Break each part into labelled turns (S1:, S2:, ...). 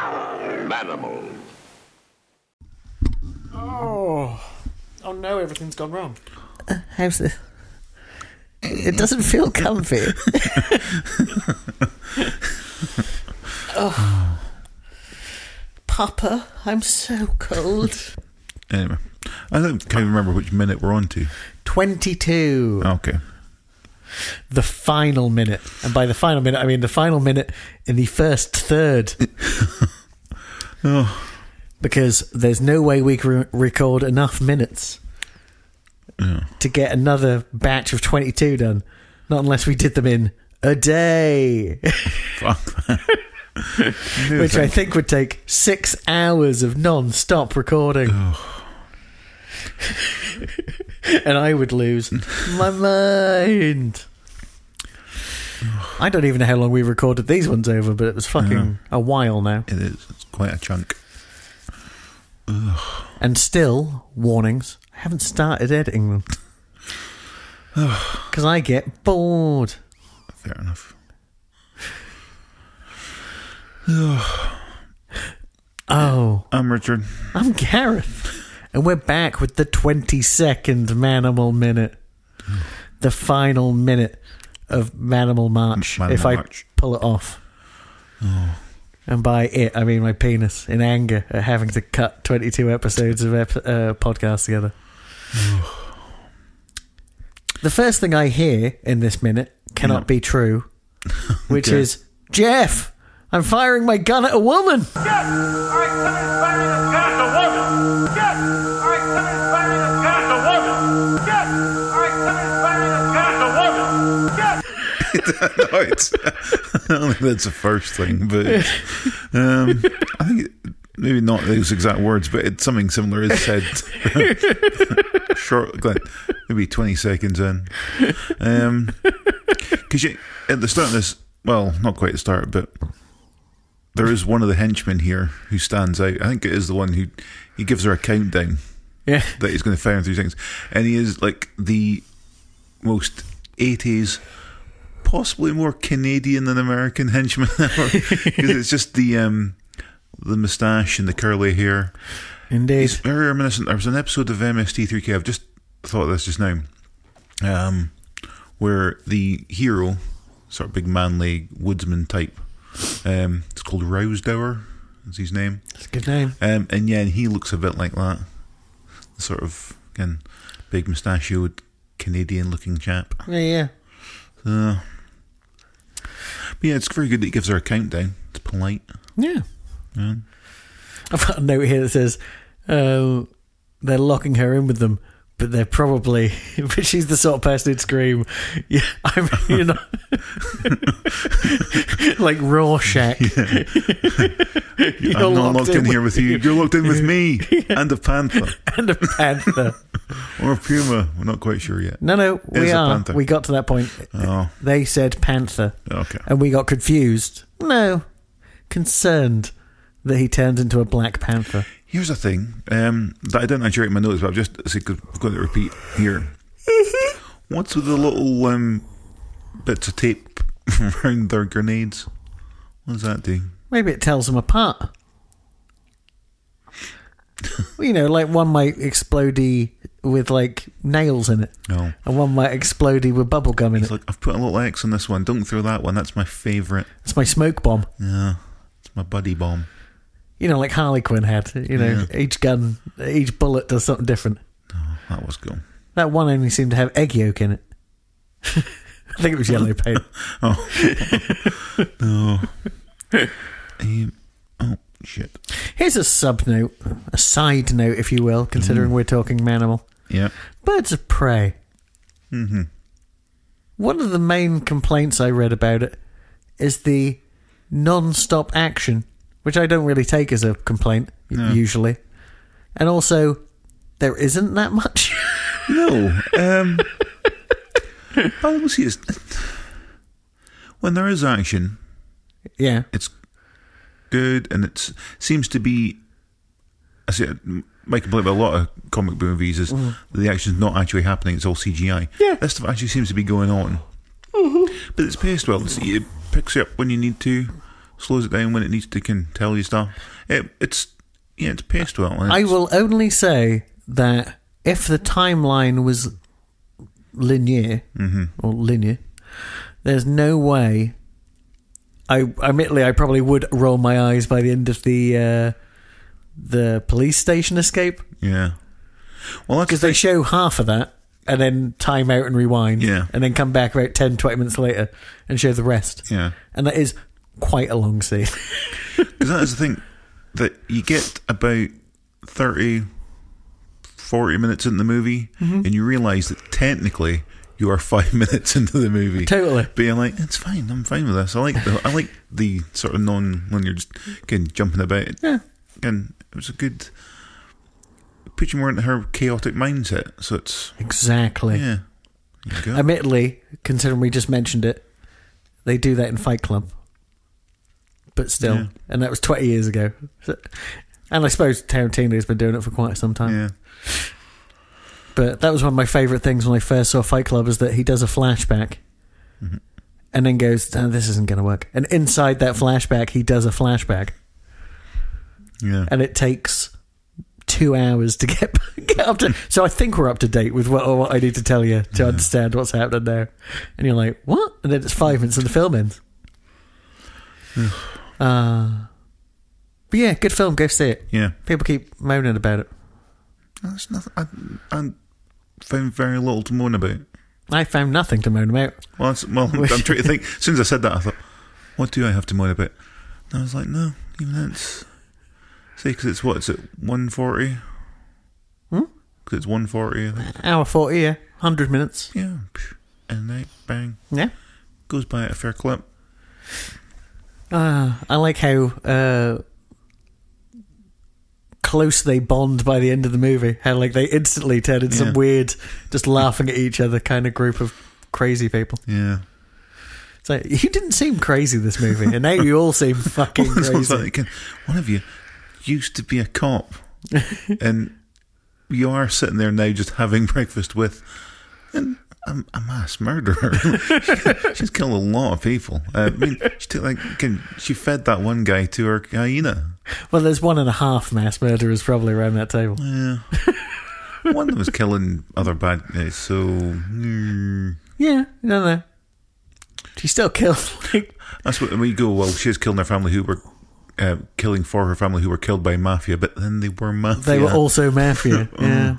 S1: Manimal.
S2: Oh, oh no, everything's gone wrong.
S3: How's this? It doesn't feel comfy. Papa, I'm so cold.
S4: Anyway, I don't can't even remember which minute we're on to.
S3: 22.
S4: Okay.
S3: The final minute. And by the final minute, I mean the final minute in the first third.
S4: Oh,
S3: because there's no way we can re- record enough minutes to get another batch of 22 done. Not unless we did them in a day,
S4: fuck that. Knew
S3: which I
S4: that.
S3: think would take six hours of non stop recording. and I would lose my mind. I don't even know how long we recorded these ones over, but it was fucking a while now.
S4: It is. It's quite a chunk.
S3: And still, warnings, I haven't started editing them. Because I get bored.
S4: Fair enough.
S3: Oh,
S4: I'm Richard.
S3: I'm Gareth. And we're back with the 22nd Manimal Minute. The final minute of Manimal March,
S4: M- Manimal
S3: if I
S4: March.
S3: pull it off. And by it, I mean my penis in anger at having to cut 22 episodes of ep- uh, podcasts together. the first thing I hear in this minute cannot
S4: Yeah.
S3: be true, which
S4: Okay.
S3: is Jeff, I'm firing my gun at a woman.
S5: Yes! All right, somebody's firing a gun at a woman. Yes! All right, somebody's firing a gun at a woman. Yes! All right, somebody's firing a gun at a woman. Yes!
S4: no, it's, I don't think that's the first thing, but um, I think it, maybe not those exact words, but it's something similar is said short, like, maybe 20 seconds in. Because you at the start of this, well, not quite the start, but there is one of the henchmen here who stands out. I think it is the one who he gives her a countdown
S3: Yeah.
S4: that he's going to fire in three seconds. And he is like the most 80s, possibly more Canadian than American henchman ever. Because it's just the um, the moustache and the curly hair.
S3: Indeed.
S4: It's very reminiscent. There was an episode of MST3K, I've just thought of this just now, um, where the hero, sort of big manly woodsman type, um, it's called Rousedower, is his name.
S3: It's a good name.
S4: Um, and yeah, and he looks a bit like that. Sort of, again, big mustachioed Canadian looking chap.
S3: Yeah, yeah.
S4: So, but yeah, it's very good that he gives her a countdown. It's polite.
S3: Yeah. I've got a note here that says um, they're locking her in with them, but they're probably. But she's the sort of person who'd scream, "Yeah, I'm," you know, like Rorschach. You're
S4: I'm not locked in here with you. You're locked in with me and a panther
S3: and a panther.
S4: or a puma. We're not quite sure yet.
S3: No, no,
S4: It
S3: we
S4: is a
S3: are.
S4: panther.
S3: We got to that point.
S4: Oh,
S3: They said panther,
S4: okay.
S3: and we got confused. No, concerned that he turned into a black panther.
S4: Here's the thing um, that I didn't actually write in my notes, but I've just see, 'cause I've got to repeat here. What's with the little um, bits of tape around their grenades? What does that do?
S3: Maybe it tells them apart. you know, like one might explodey with like nails in it,
S4: No.
S3: and one might explodey with bubble gum in
S4: It's
S3: it.
S4: like, I've put a little X on this one. Don't throw that one. That's my favourite.
S3: It's my smoke bomb.
S4: Yeah. It's my buddy bomb.
S3: You know, like Harley Quinn had. You know, each gun, each bullet does something different.
S4: That was cool.
S3: That one only seemed to have egg yolk in it. I think it was yellow paint.
S4: Um, oh, shit.
S3: Here's a sub note, a side note, if you will, considering we're talking manimal.
S4: Yeah.
S3: Birds of prey. Mm-hmm. One of the main complaints I read about it is the non-stop action, which I don't really take as a complaint y- usually, and also there isn't that much.
S4: No. Um, but I don't see it's. When there is action,
S3: yeah,
S4: it's good and it seems to be I see my complaint about a lot of comic book movies is
S3: Mm.
S4: the action's not actually happening; it's all CGI.
S2: Yeah.
S4: that stuff actually seems to be going on,
S3: Mm-hmm.
S4: but it's paced well. It's, it picks you up when you need to, slows it down when it needs to, can tell you stuff. It, it's yeah, it's paced well. and
S3: I
S4: it's-
S3: will only say that if the timeline was linear
S4: Mm-hmm.
S3: or linear, there's no way. I admittedly, I probably would roll my eyes by the end of the uh, the police station escape
S4: yeah. Well, that's
S3: because they show half of that and then time out and rewind,
S4: Yeah.
S3: and then come back about 10, 20 minutes later and show the rest,
S4: Yeah.
S3: and that is quite a long scene.
S4: Because that is the thing that you get about 30, 40 minutes into the movie, and you realise that technically you are five minutes into the movie.
S3: Totally.
S4: But you're like, it's fine. I'm fine with this. I like the I like the sort of non-linear, just again jumping about. Yeah. And it was a good. Put you more into her chaotic mindset. So it's
S3: exactly.
S4: yeah. There you go.
S3: Admittedly, considering we just mentioned it, they do that in Fight Club. But still,
S4: Yeah.
S3: and that was 20 years ago. So- and I suppose Tarantino's been doing it for quite some time.
S4: yeah.
S3: But that was one of my favourite things when I first saw Fight Club is that he does a flashback
S4: Mm-hmm.
S3: and then goes, "Oh, This isn't going to work. And inside that flashback, he does a flashback.
S4: Yeah.
S3: And it takes two hours to get, get up to. So I think we're up to date with what, what I need to tell you to understand what's happening now. And you're like, What? And then it's five minutes of the film ends. uh, but yeah, good film. Go see it.
S4: yeah.
S3: People keep moaning about it.
S4: That's nothing. I, I found very little to moan about.
S3: I found nothing to moan about.
S4: Well, that's, well I'm trying to think. As soon as I said that, I thought, what do I have to moan about? And I was like, no, even that's. See, because it's what? It's at 140? Hmm? Because it's 140, I think.
S3: Hour 40, yeah. 100 minutes.
S4: Yeah. psh, And then bang.
S3: Yeah.
S4: Goes by at a fair clip.
S3: Uh, I like how uh, close they bond by the end of the movie. How like they instantly turn into
S4: Yeah.
S3: some weird, just laughing at each other kind of group of crazy people.
S4: Yeah.
S3: It's like you didn't seem crazy this movie, and now you all seem fucking
S4: It's almost
S3: crazy.
S4: like they can- one of you used to be a cop, and you are sitting there now just having breakfast with an, a, a mass murderer. She's killed a lot of people. Uh, I mean, she took like can, she fed that one guy to her hyena.
S3: well, there's one and a half mass murderers probably around that table.
S4: Yeah. One of them was killing other bad guys, so mm,
S3: Yeah, no, no. She still killed. Like,
S4: that's what we go. Well, she was killing her family who were uh, killing for her family who were killed by mafia, but then they were mafia.
S3: they were also mafia.
S4: Mm.
S3: Yeah.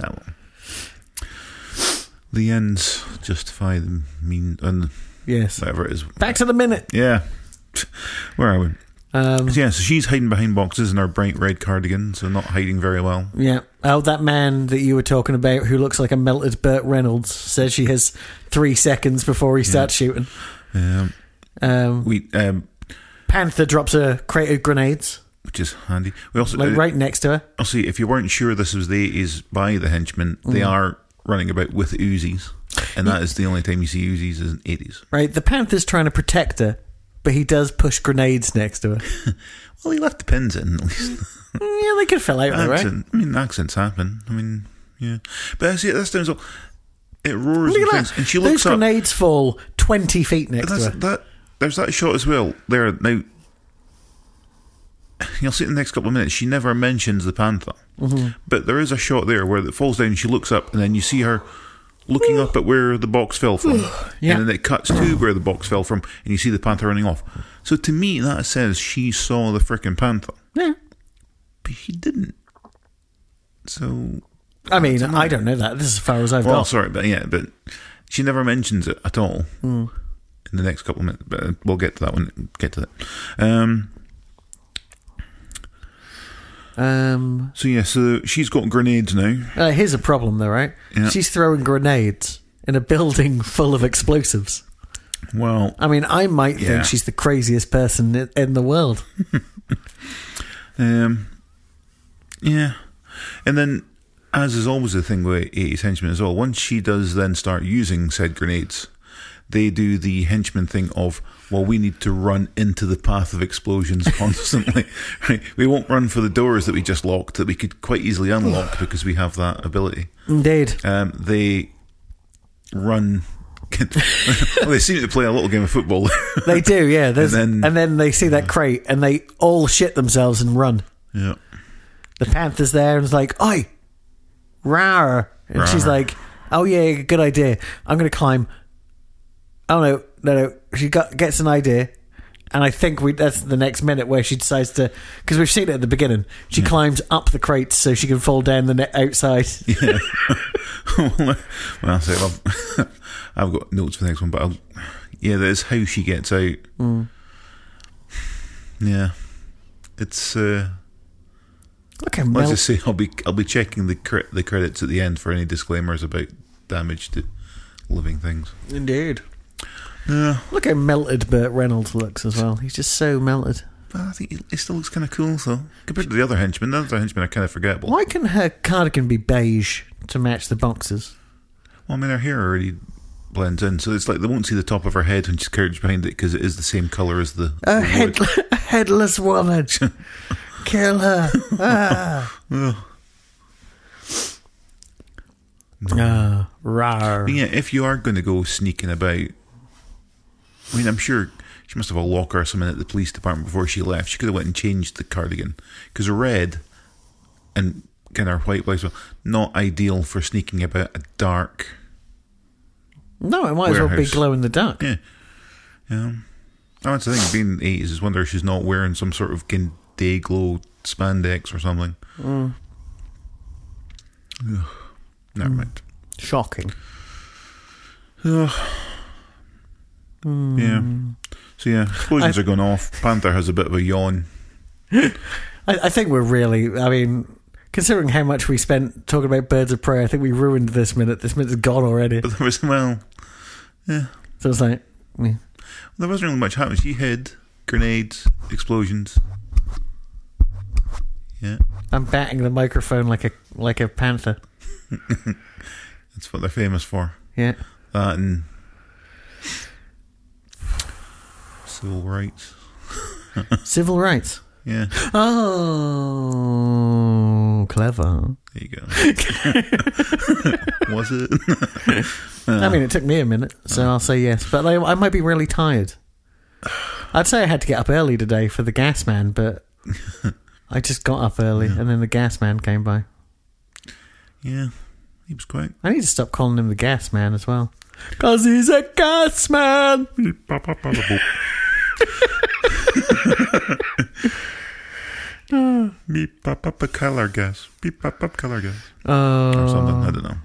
S4: That one. The ends justify the mean and
S3: Yes.
S4: whatever it is.
S3: Back to the minute.
S4: Yeah. Where are we?
S3: Um,
S4: Yeah, so she's hiding behind boxes in her bright red cardigan, so not hiding very well.
S3: Yeah. Oh, that man that you were talking about who looks like a melted Burt Reynolds says she has three seconds before he starts shooting.
S4: Um,
S3: Um,
S4: we, um,
S3: Panther drops a crate of grenades,
S4: which is handy. We also
S3: like
S4: uh,
S3: right next to her.
S4: also, if you weren't sure this was the 80s by the henchmen, they are running about with Uzis, and that is the only time you see Uzis is in 80s.
S3: Right. The Panther's trying to protect her, but he does push grenades next to her.
S4: Well, he left the pins in at least.
S3: yeah, they could fell out, though, right?
S4: Accent. I mean, accents happen. I mean, yeah. But I see, that's down all. It roars
S3: Look
S4: and
S3: at
S4: things,
S3: that.
S4: and she
S3: Those
S4: looks up.
S3: grenades fall 20 feet next to
S4: That's,
S3: her.
S4: that there's that shot as well. There now, you'll see it in the next couple of minutes. She never mentions the panther,
S3: Mm-hmm.
S4: but there is a shot there where it falls down. and She looks up, and then you see her looking up at where the box fell from,
S3: Yeah.
S4: and then it cuts to where the box fell from, and you see the panther running off. So to me, that says she saw the frickin' panther,
S3: yeah.
S4: but she didn't. So
S3: I mean, I don't know that. This is as far as I've
S4: Well,
S3: got.
S4: sorry, but yeah, but she never mentions it at all in the next couple of minutes. But we'll get to that one. Get to that. Um,
S3: Um,
S4: so yeah, so she's got grenades now.
S3: uh, here's a problem, though, right?
S4: Yeah.
S3: She's throwing grenades in a building full of explosives.
S4: Well,
S3: I mean, I might
S4: Yeah.
S3: think she's the craziest person i- in the world.
S4: um, yeah, and then as is always the thing with eighties henchmen as well. Once she does, then start using said grenades. they do the henchman thing of well we need to run into the path of explosions constantly right? we won't run for the doors that we just locked that we could quite easily unlock because we have that ability
S3: Indeed.
S4: um, they run well, they seem to play a little game of football
S3: They do, yeah. There's,
S4: And
S3: and,
S4: then-
S3: then, they see that crate and they all shit themselves and run.
S4: yeah
S3: The panther's there and is like, "Oi, rar!" And she's
S4: Rar.
S3: like, "Oh yeah, good idea. I'm gonna climb." Oh no, no, no. She got, gets an idea, and I think we that's the next minute where she decides to because we've seen it at the beginning. She climbs up the crate so she can fall down the net outside.
S4: well, I say, well, I've got notes for the next one, but I'll, yeah, there's how she gets out. Yeah, it's. Uh,
S3: Look at
S4: let's
S3: Mel.
S4: just say I'll be I'll be checking the cre- the credits at the end for any disclaimers about damage to living things.
S3: Indeed. Look how melted Burt Reynolds looks as well. He's just so melted.
S4: But I think it- it still looks kind of cool, though, compared to the other henchmen. The other henchmen are kind of forgettable.
S3: Why can her cardigan be beige to match the boxers?
S4: Well, I mean, her hair already blends in, so it's like they won't see the top of her head when she's carried behind it because it is the same color as the.
S3: A,
S4: the wood.
S3: head, a headless woman. Kill her. Ah. Ah, rar.
S4: But yeah, if you are going to go sneaking about, I mean, I'm sure she must have a locker or something at the police department before she left. She could have went and changed the cardigan because red and kind of her white blazer not ideal for sneaking about a dark.
S3: No, it might as well be
S4: Warehouse.
S3: glow in the dark.
S4: Yeah, um, I want to think being in the eighties is wonder if she's not wearing some sort of kin- day glow spandex or something. Ugh, Never mind.
S3: Shocking.
S4: Yeah. So yeah, explosions
S3: I-
S4: are going off. Panther has a bit of a yawn.
S3: I, I think we're really, I mean, considering how much we spent talking about birds of prey, I think we ruined this minute. This minute's gone already.
S4: But there was well,
S3: So it's like, yeah.
S4: there wasn't really much happening. She hid grenades, explosions. Yeah,
S3: I'm batting the microphone like a like a panther.
S4: that's what they're famous for.
S3: Yeah.
S4: That and civil rights.
S3: Civil rights.
S4: Yeah,
S3: Oh, clever.
S4: there you go. was it?
S3: I mean, it took me a minute, so I'll say yes. But I, I might be really tired. I'd say I had to get up early today for the gas man, but I just got up early and then the gas man came by.
S4: Yeah, he was quite.
S3: I need to stop calling him the gas man as well. Because he's a gas man!
S4: Beep pop up a color gas. Beep pop up color gas. Uh.
S3: Oh,
S4: Or something. I don't know.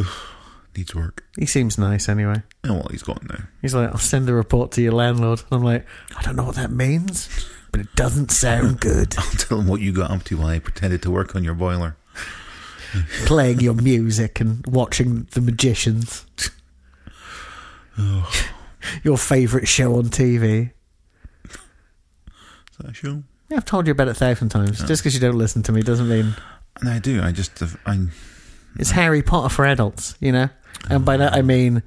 S4: Ugh, needs work.
S3: he seems nice anyway.
S4: Oh well, he's gone now.
S3: He's like, I'll send the report to your landlord. And I'm like, I don't know what that means, but it doesn't sound good.
S4: I'll tell him what you got up to while I pretended to work on your boiler.
S3: playing your music and watching The Magicians. your favourite show on TV.
S4: Is that a show?
S3: Yeah, I've told you about it a thousand times. Just because you don't listen to me doesn't mean
S4: And I do. I just have- I
S3: it's Harry Potter for adults, you know? And by that I mean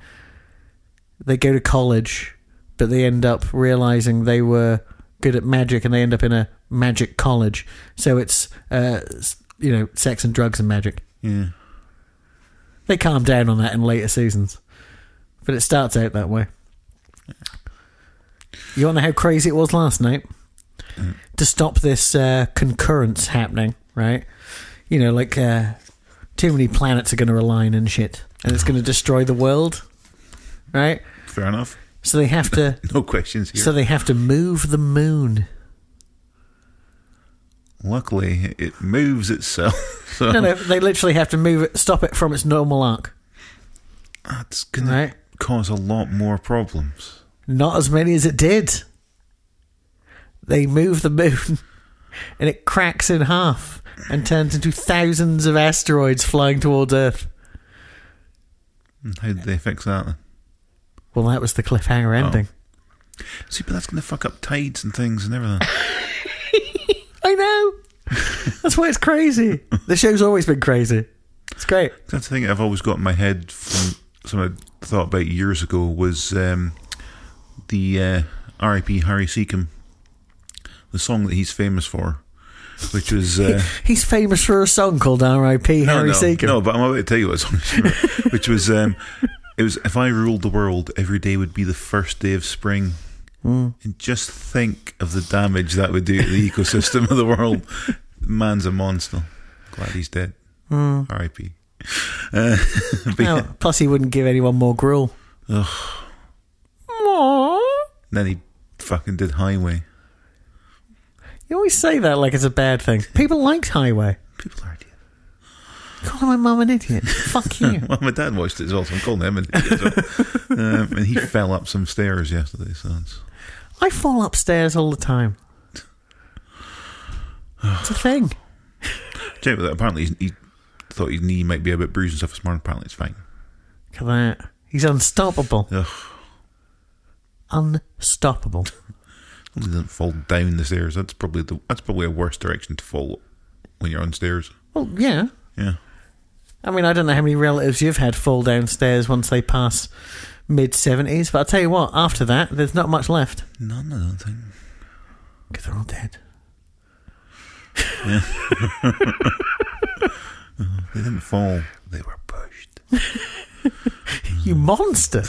S3: they go to college, but they end up realizing they were good at magic and they end up in a magic college. So it's, uh, s- you know, sex and drugs and magic.
S4: yeah.
S3: They calm down on that in later seasons. But it starts out that way. You want to know how crazy it was last night? To stop this uh, concurrence happening, right? You know, like uh, too many planets are going to align and shit, and it's going to destroy the world, right?
S4: Fair enough.
S3: So they have to.
S4: No questions here.
S3: so they have to move the moon.
S4: Luckily, it moves itself. So
S3: No, no, they literally have to move it, stop it from its normal arc.
S4: that's gonna
S3: Right.
S4: cause a lot more problems.
S3: Not as many as it did. They move the moon and it cracks in half and turns into thousands of asteroids flying towards Earth.
S4: And How did they fix that? Then?
S3: Well, that was the cliffhanger
S4: Oh.
S3: ending.
S4: See, but that's gonna fuck up tides and things and everything.
S3: I know. That's why it's crazy. The show's always been crazy. It's great.
S4: that's the thing I've always got in my head from something I thought about years ago was um, the uh, R.I.P. Harry Seacombe, the song that he's famous for, which was. Uh,
S3: He's famous for a song called R.I.P. Harry
S4: no,
S3: Seacombe.
S4: No, but I'm about to tell you what song, it's from, which was um, it was if I ruled the world, every day would be the first day of spring. And just think of the damage that would do to the ecosystem of the world. Man's a monster. Glad he's dead. R.I.P. Uh, but yeah,
S3: Now, plus, he wouldn't give anyone more gruel. Ugh.
S4: then he fucking did Highway.
S3: You always say that like it's a bad thing. People liked Highway.
S4: People are idiots.
S3: Call my mum an idiot. Fuck you.
S4: Well, my dad watched it as well, so I'm calling him. And, um, and he fell up some stairs yesterday, so it's
S3: I fall upstairs all the time. It's a thing.
S4: Check with that. Apparently, he, he thought his knee might be a bit bruised and stuff this morning. Apparently, it's fine.
S3: Look at that. He's unstoppable.
S4: Ugh.
S3: Unstoppable.
S4: Only doesn't fall down the stairs. That's probably the that's probably a worse direction to fall when you're on stairs.
S3: Well, yeah.
S4: Yeah.
S3: I mean, I don't know how many relatives you've had fall downstairs once they pass mid 70s, but I'll tell you what, after that, there's not much left.
S4: None, I don't think.
S3: Because they're all dead.
S4: They didn't fall. They were pushed.
S3: You monster!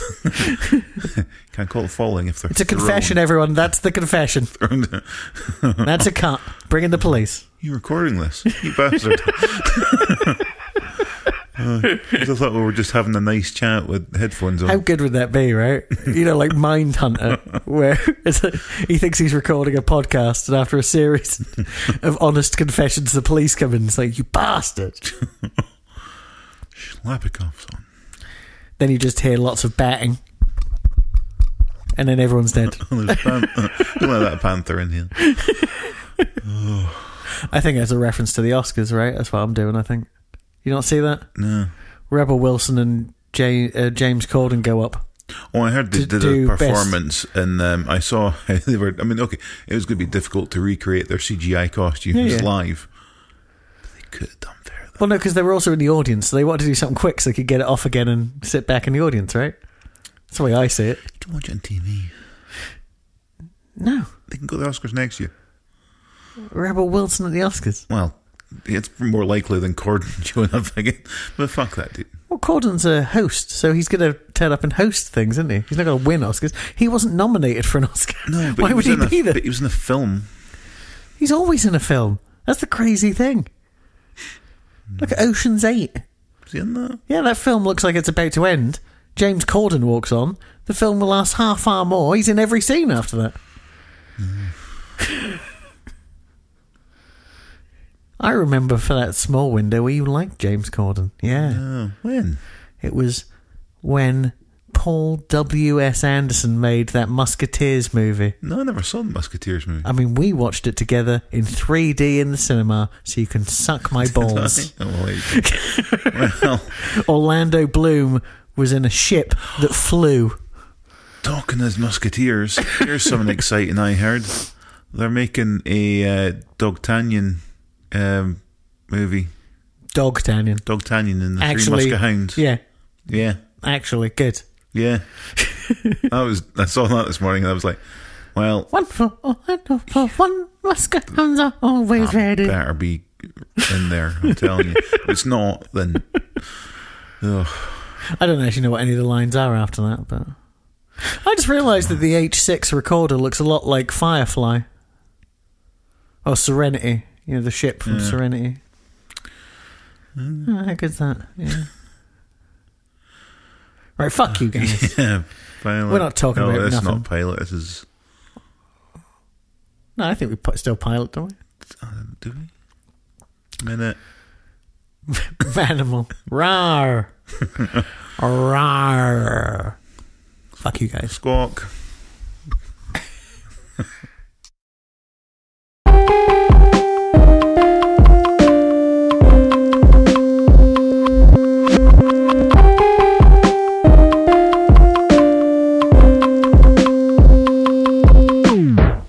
S4: Can't call it falling if they're.
S3: It's a confession, everyone. That's the confession.
S4: thrown.
S3: That's a cut. Bring in the police.
S4: you recording this? You bastard. Uh, 'cause I thought we were just having a nice chat with headphones on.
S3: How good would that be, right? You know, like Mindhunter, where it's like, he thinks he's recording a podcast, and after a series of honest confessions, the police come in and say, You bastard!
S4: Lapikov's on.
S3: Then you just hear lots of batting, and then everyone's dead.
S4: There's a pan- Look at that panther in here.
S3: I think that's a reference to the Oscars, right? That's what I'm doing, I think. You don't see that?
S4: No.
S3: Rebel Wilson and J- uh, James Corden go up.
S4: Well, I heard they
S3: to
S4: did
S3: do
S4: a
S3: best-
S4: performance, and um, I saw how they were. I mean, okay, it was going to be difficult to recreate their CGI costumes
S3: Yeah, yeah.
S4: live. But they could have done better. Than
S3: Well, no, because they were also in the audience, so they wanted to do something quick so they could get it off again and sit back in the audience, right? That's the way I see it.
S4: that. Don't watch it on TV.
S3: No.
S4: They can go to the Oscars next year.
S3: Rebel Wilson at the Oscars.
S4: Well, it's more likely than Corden showing up again. But fuck that dude.
S3: Well, Corden's a host, so he's going to turn up and host things, isn't he? He's not going to win Oscars. He wasn't nominated for an Oscar.
S4: No, but
S3: Why
S4: he
S3: would
S4: was
S3: he
S4: in a-
S3: be there?
S4: But he was in a film.
S3: He's always in a film. That's the crazy thing. Look at Ocean's Eight.
S4: Was he in that?
S3: Yeah, that film looks like it's about to end. James Corden walks on. The film will last half hour more. He's in every scene after that. I remember for that small window where you liked James Corden. yeah.
S4: Oh, when?
S3: It was when Paul W.S. Anderson made that Musketeers movie.
S4: No, I never saw the Musketeers movie.
S3: I mean, we watched it together in 3D in the cinema, so you can suck my balls.
S4: Oh, well, there you go. well,
S3: Orlando Bloom was in a ship that flew.
S4: Talking as Musketeers, here's something exciting I heard. They're making a uh, Dogtanyan um, movie.
S3: Dog Tanyan.
S4: Dogtanyan and the
S3: Actually,
S4: Three Muskehounds.
S3: yeah,
S4: yeah,
S3: actually, good.
S4: yeah. I was I saw that this morning and I was like, well,
S3: One for Orlando, for one Muskehounds are always ready.
S4: better be in there. I'm telling you, if it's not then. Ugh.
S3: I don't actually know what any of the lines are after that, but I just realised that the H6 recorder looks a lot like Firefly or Serenity. You know, the ship from Serenity. Oh, how good's that? Yeah. right, fuck you guys.
S4: Yeah, pilot.
S3: We're not talking
S4: no,
S3: about
S4: this
S3: nothing.
S4: not pilot. This is.
S3: no, I think we pi- still pilot, don't
S4: uh, Do we? Minute.
S3: we? Animal. Rar. Rar. Fuck you guys.
S4: Squawk.